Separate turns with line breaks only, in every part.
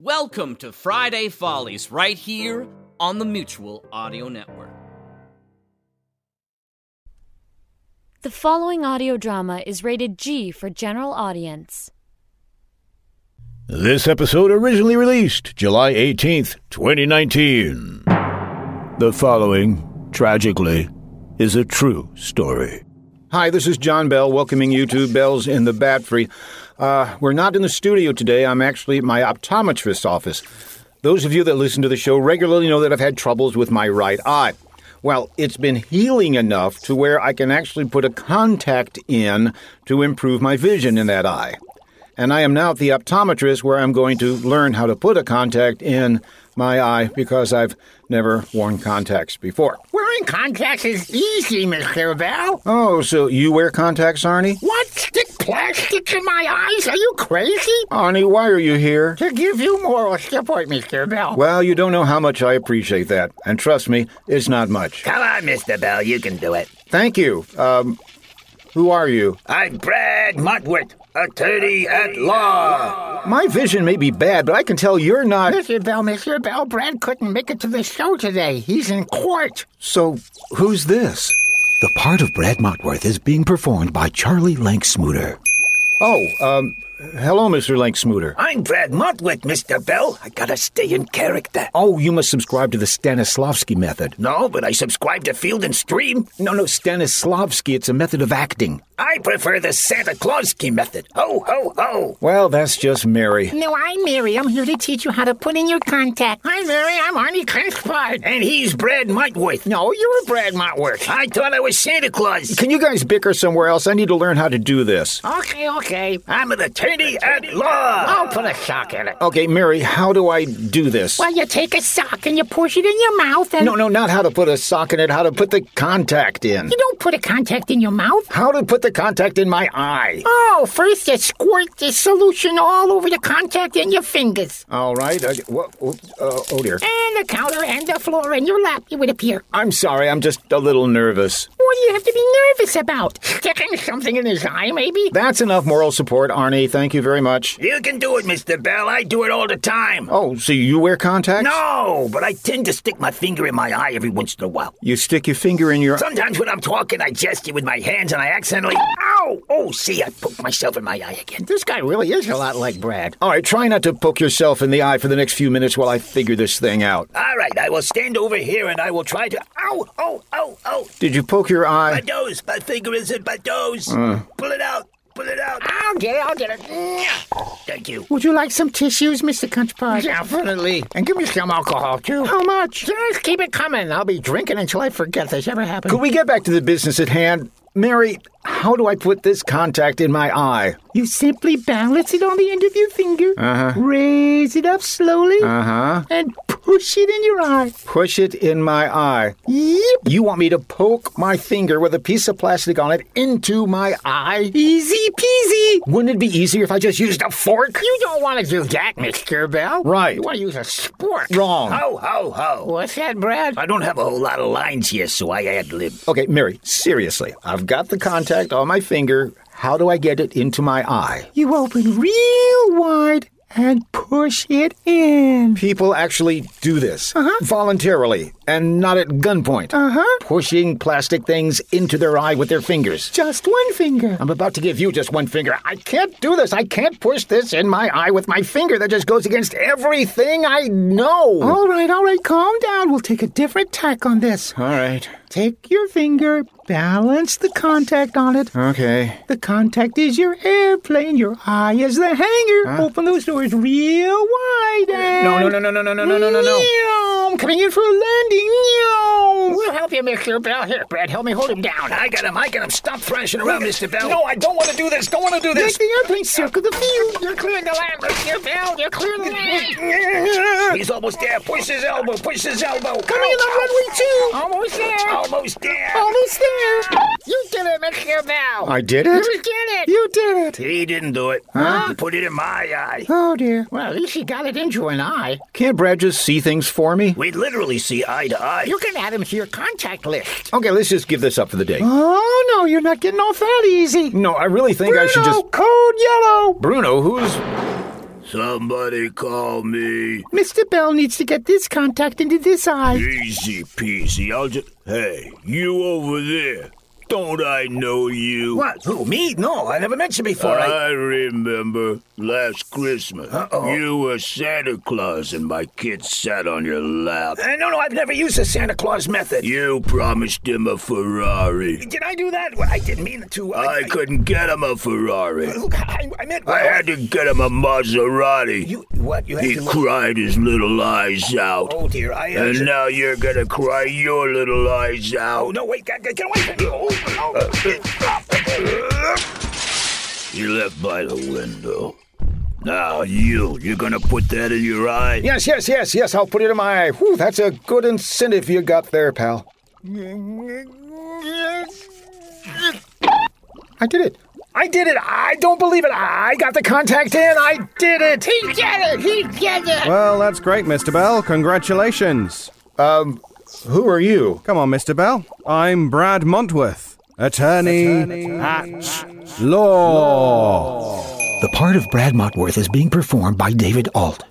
Welcome to Friday Follies, right here on the Mutual Audio Network.
The following audio drama is rated G for general audience.
This episode originally released July 18th, 2019. The following, tragically, is a true story. Hi, this is John Bell welcoming you to Bells in the Bat Free. Uh, we're not in the studio today. I'm actually at my optometrist's office. Those of you that listen to the show regularly know that I've had troubles with my right eye. Well, it's been healing enough to where I can actually put a contact in to improve my vision in that eye and I am now at the optometrist where I'm going to learn how to put a contact in my eye because I've never worn contacts before.
Wearing contacts is easy, Mr. Bell.
Oh, so you wear contacts, Arnie?
What? Stick plastics in my eyes? Are you crazy?
Arnie, why are you here?
To give you moral support, Mr. Bell.
Well, you don't know how much I appreciate that. And trust me, it's not much.
Come on, Mr. Bell, you can do it.
Thank you. Um, who are you? Uh,
I'm Brad Muntwit, attorney at law.
My vision may be bad, but I can tell you're not.
Mr. Bell, Mr. Bell, Brad couldn't make it to the show today. He's in court.
So, who's this?
The part of Brad Motworth is being performed by Charlie Lank Smuter.
Oh, um, hello, Mr. Lank Smuter.
I'm Brad Motworth, Mr. Bell. I gotta stay in character.
Oh, you must subscribe to the Stanislavski method.
No, but I subscribe to Field and Stream.
No, no, Stanislavski, it's a method of acting.
I prefer the Santa Clauski method. Ho, ho, ho.
Well, that's just Mary.
No, I'm Mary. I'm here to teach you how to put in your contact. Hi, Mary. I'm Arnie Clinchford.
And he's Brad Motworth.
No, you're Brad Motworth.
I thought I was Santa Claus.
Can you guys bicker somewhere else? I need to learn how to do this.
Okay, okay.
I'm an attorney at law.
I'll put a sock in it.
Okay, Mary, how do I do this?
Well, you take a sock and you push it in your mouth and...
No, no, not how to put a sock in it, how to put the contact in.
You don't put a contact in your mouth.
How to put the contact in my eye.
Oh, first you squirt the solution all over the contact and your fingers.
All right. Uh, wha- uh, oh, dear.
And the counter and the floor and your lap, it would appear.
I'm sorry, I'm just a little nervous.
What do you have to be nervous about? Sticking something in his eye, maybe?
That's enough moral support, Arnie. Thank you very much.
You can do it, Mr. Bell. I do it all the time.
Oh, so you wear contacts?
No, but I tend to stick my finger in my eye every once in a while.
You stick your finger in your.
Sometimes when I'm talking, I gesture with my hands and I accidentally. Ow! Oh, see, I poked myself in my eye again.
This guy really is a lot like Brad.
All right, try not to poke yourself in the eye for the next few minutes while I figure this thing out.
All right, I will stand over here and I will try to. Ow! Oh! Oh! Oh!
Did you poke your
My
eye?
nose, my finger is in my nose. Pull it out. Pull it out.
Uh. I'll get it, I'll get it.
Thank you.
Would you like some tissues, Mr. Cunchpot? Definitely. And give me some alcohol, too. How much? Just keep it coming. I'll be drinking until I forget this ever happened.
Could we get back to the business at hand? Mary, how do I put this contact in my eye?
You simply balance it on the end of your finger, raise it up slowly,
Uh-huh.
and push it in your eye.
Push it in my eye.
Yep.
You want me to poke my finger with a piece of plastic on it into my eye?
Easy peasy.
Wouldn't it be easier if I just used a fork?
You don't want to do that, Mr. Bell.
Right.
You want to use a spork.
Wrong.
Ho, ho, ho.
What's that, Brad?
I don't have a whole lot of lines here, so I ad lib.
Okay, Mary, seriously, I've got the contact on my finger. How do I get it into my eye?
You open real wide and push it in.
People actually do this
Uh-huh.
voluntarily and not at gunpoint.
Uh huh.
Pushing plastic things into their eye with their fingers.
Just one finger.
I'm about to give you just one finger. I can't do this. I can't push this in my eye with my finger. That just goes against everything I know.
All right, all right, calm down. We'll take a different tack on this.
All right.
Take your finger, balance the contact on it.
Okay.
The contact is your airplane, your eye is the hanger. Open those doors real wide. And
No, no, no, no, no, no, no, no, no, no, no.
Meow, I'm coming in for a landing. Meow.
room?
We'll help you, Mr. Bell. Here, Brad, help me hold him down.
I got him. I got him. Stop thrashing around, Mr. Bell.
No, I don't want to do this. Don't want to do
Make
this.
the airplane circle the field. You're clearing the land, Mr. Bell. You're clearing the land.
He's almost there. Push his elbow. Push his elbow.
Come in on runway two. Almost there.
Almost there.
Almost there. You did it, Mr. Bell.
I did
You
it?
did it.
You did it!
He didn't do it. He put it in my eye.
Oh dear.
Well, at least you got it into an eye.
Can't Brad just see things for me?
We literally see eye to eye.
You can add him to your contact list.
Okay, let's just give this up for the day.
Oh no, you're not getting off that easy.
No, I really think I should just.
code yellow.
Bruno, who's.
Somebody call me.
Mr. Bell needs to get this contact into this eye.
Easy peasy. I'll just. Hey, you over there. Don't I know you?
What? Who? Me? No, I never met you before.
I remember last Christmas. You were Santa Claus and my kid sat on your lap.
I... Uh, No, no, I've never used the Santa Claus method.
You promised him a Ferrari.
Did I do that? Well, I didn't mean to.
I couldn't get him a Ferrari.
I, I meant.
I had to get him a Maserati.
You what? You had
He
to.
cried his little eyes out.
Oh dear, I. Uh,
And now you're gonna cry your little eyes out.
Oh,
Uh,
no, wait, get, get away from me! Oh, no.
You left by the window. Now you, you're gonna put that in your eye?
Yes, yes, yes, yes, I'll put it in my eye. Whew, that's a good incentive you got there, pal. I did it.
I did it. I don't believe it. I got the contact in. I did it.
He did it. He did it.
Well, that's great, Mr. Bell. Congratulations.
Um, Who are you?
Come on, Mr. Bell. I'm Brad Montworth, attorney, at law.
The part of Brad Motworth is being performed by David Alt.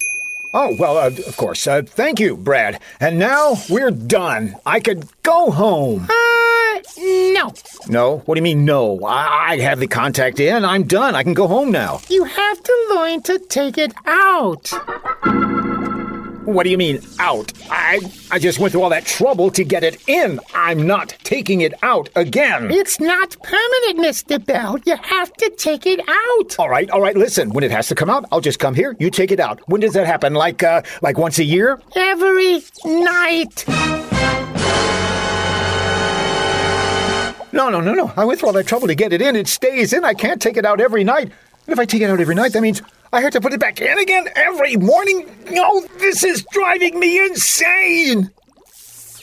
Oh, well, uh, of course. Uh, thank you, Brad. And now we're done. I could go home.
Uh, no.
No? What do you mean, no? I, I have the contact in. I'm done. I can go home now.
You have to learn to take it out.
What do you mean, out? I, I just went through all that trouble to get it in. I'm not taking it out again.
It's not permanent, Mr. Bell. You have to take it out.
All right, all right. Listen, when it has to come out, I'll just come here. You take it out. When does that happen? Like, uh, like once a year?
Every night.
No, no, no, no. I went through all that trouble to get it in. It stays in. I can't take it out every night. And if I take it out every night, that means I have to put it back in again every morning. No, this is driving me insane.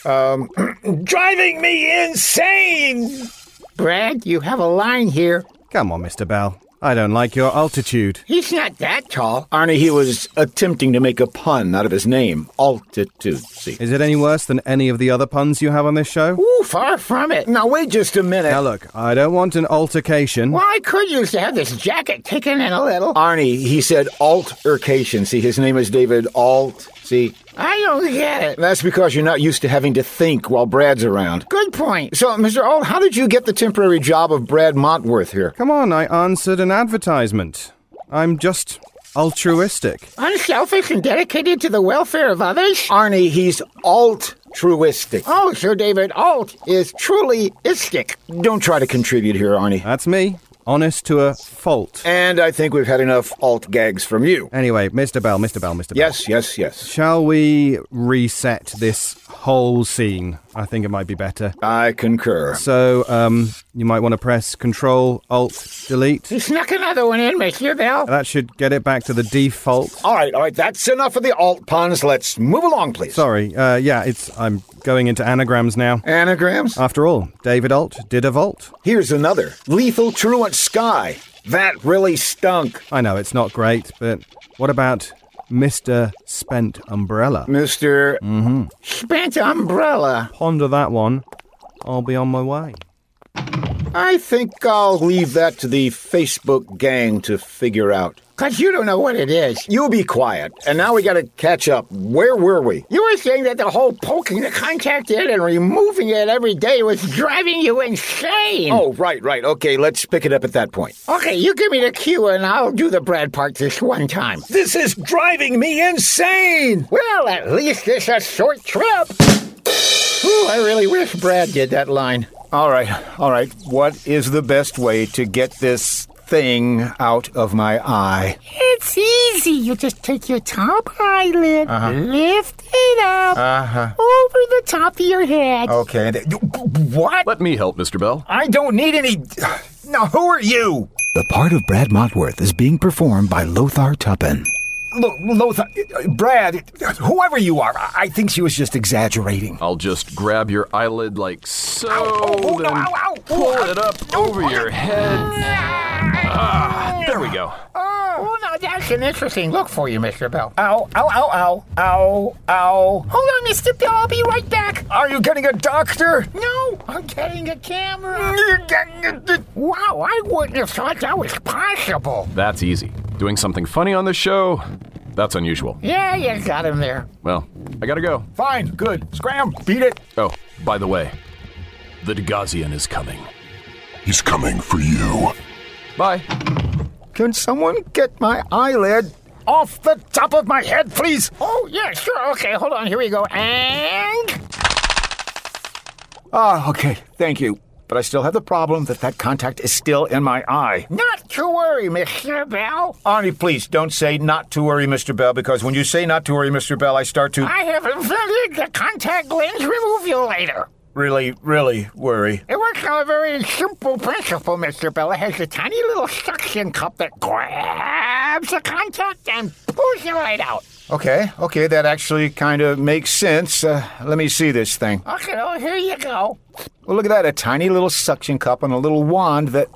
Um, driving me insane.
Brad, you have a line here.
Come on, Mr. Bell. I don't like your altitude.
He's not that tall.
Arnie, he was attempting to make a pun out of his name, altitude. See.
Is it any worse than any of the other puns you have on this show?
Ooh, far from it.
Now wait just a minute.
Now, look, I don't want an altercation.
Well, I could use to have this jacket taken in a little.
Arnie, he said altercation. See, his name is David Alt. See,
I don't get it.
That's because you're not used to having to think while Brad's around.
Good point.
So, Mr. Alt, how did you get the temporary job of Brad Montworth here?
Come on, I answered an advertisement. I'm just altruistic.
Unselfish and dedicated to the welfare of others.
Arnie, he's altruistic.
Oh, Sir David Alt is truly istic.
Don't try to contribute here, Arnie.
That's me, honest to a fault.
And I think we've had enough alt gags from you.
Anyway, Mr. Bell, Mr. Bell, Mr. Bell.
Yes, yes, yes.
Shall we reset this whole scene? I think it might be better.
I concur.
So, um, you might want to press Control Alt Delete.
He snuck another one in, Mr. Bell.
That should get it back to the default.
All right, all right, that's enough of the alt puns. Let's move along, please.
Sorry, uh, yeah, it's I'm going into anagrams now.
Anagrams?
After all, David Alt did a vault.
Here's another Lethal Truant Sky. That really stunk.
I know it's not great, but what about Mr. Spent Umbrella?
Mr.
Spent umbrella.
Ponder that one. I'll be on my way.
I think I'll leave that to the Facebook gang to figure out.
Because you don't know what it is.
You be quiet. And now we gotta catch up. Where were we?
You were saying that the whole poking the contact in and removing it every day was driving you insane.
Oh, right, right. Okay, let's pick it up at that point.
Okay, you give me the cue and I'll do the Brad part this one time.
This is driving me insane!
Well, at least it's a short trip. Ooh, I really wish Brad did that line.
All right, all right. What is the best way to get this thing out of my eye.
It's easy. You just take your top eyelid, lift it up over the top of your head.
Uh-huh. Okay. and- What?
Let me help, Mr. Bell.
I don't need any. Now, who are you?
The part of Brad Motworth is being performed by Lothar Tuppen.
Look, Lothar, uh, Brad, whoever you are, I I think she was just exaggerating.
I'll just grab your eyelid like so,
oh,
then
no, ow, ow, oh,
pull
ow,
it up over your head. Ah, there we go.
Oh, now that's an interesting look for you, Mr. Bell.
Ow, ow, ow, ow, ow, ow.
Hold on, Mr. Bell. I'll be right back.
Are you getting a doctor?
No, I'm getting a camera. Wow, I wouldn't have thought that was possible.
That's easy. Doing something funny on this show? That's unusual.
Yeah, you got him there.
Well, I gotta go.
Fine, good. Scram, beat it.
Oh, by the way, the Degazian is coming.
He's coming for you.
Bye.
Can someone get my eyelid off the top of my head, please?
Oh, yeah, sure. Okay, hold on. Here we go. And.
Ah, okay. Thank you. But I still have the problem that that contact is still in my eye.
Not to worry, Mr. Bell.
Arnie, please don't say not to worry, Mr. Bell, because when you say not to worry, Mr. Bell, I start to
I have invented the contact lens removulator.
really, really worry.
It works on a very simple principle, Mr. Bell. It has a tiny little suction cup that
Ah.
grabs the contact and pulls it right out.
Okay, okay, that actually kind of makes sense. Uh, let me see this thing.
Okay, oh, here you go.
Well, look at that a tiny little suction cup and a little wand that.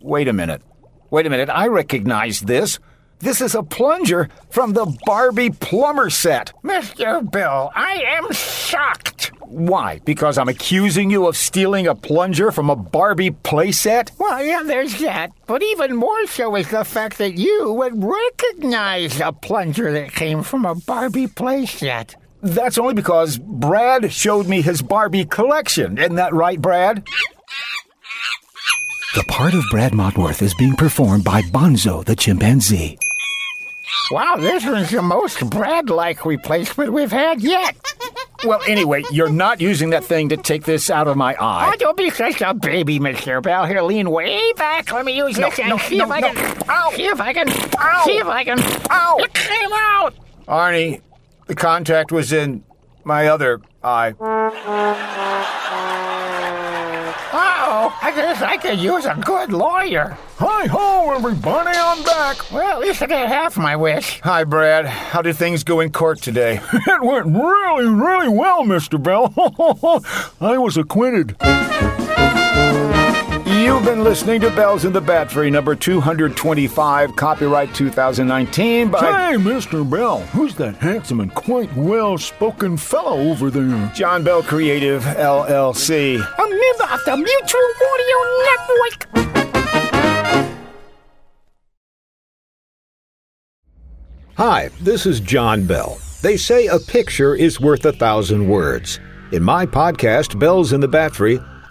Wait a minute. Wait a minute. I recognize this. This is a plunger from the Barbie plumber set.
Mr. Bell, I am shocked.
Why? Because I'm accusing you of stealing a plunger from a Barbie playset?
Well, yeah, there's that. But even more so is the fact that you would recognize a plunger that came from a Barbie playset.
That's only because Brad showed me his Barbie collection. Isn't that right, Brad?
The part of Brad Motworth is being performed by Bonzo the chimpanzee.
Wow, this one's the most Brad like replacement we've had yet.
Well, anyway, you're not using that thing to take this out of my eye.
Oh, don't be such a baby, Mr. Bell. Here, lean way back. Let me use this and see, if I can, see if I can. See if I can. Ow! It came out!
Arnie, the contact was in my other eye.
Uh-oh. I guess I could use a good lawyer.
Hi ho, everybody, I'm back.
Well, at least I got half my wish.
Hi, Brad. How did things go in court today?
It went really, really well, Mr. Bell. I was acquitted.
You've been listening to Bells in the Battery, number 225, copyright 2019 by
Hey, Mr. Bell, who's that handsome and quite well spoken fellow over there?
John Bell Creative, LLC.
A member of the Mutual Audio Network.
Hi, this is John Bell. They say a picture is worth a thousand words. In my podcast, Bells in the Battery,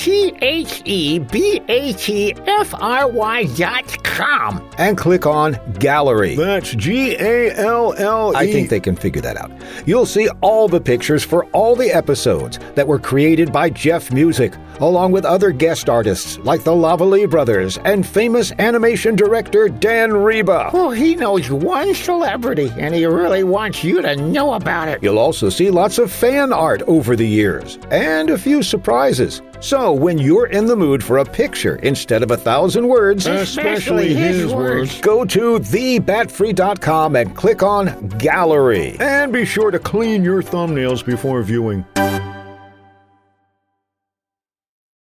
T H E B A T F R Y dot com.
and click on Gallery.
That's G A L L E.
I think they can figure that out. You'll see all the pictures for all the episodes that were created by Jeff Music, along with other guest artists like the Lavalley brothers and famous animation director Dan Reba.
Well, he knows one celebrity, and he really wants you to know about it.
You'll also see lots of fan art over the years and a few surprises. So, when you're in the mood for a picture instead of a thousand words,
Especially his words.
go to thebatfree.com and click on Gallery.
And be sure to clean your thumbnails before viewing.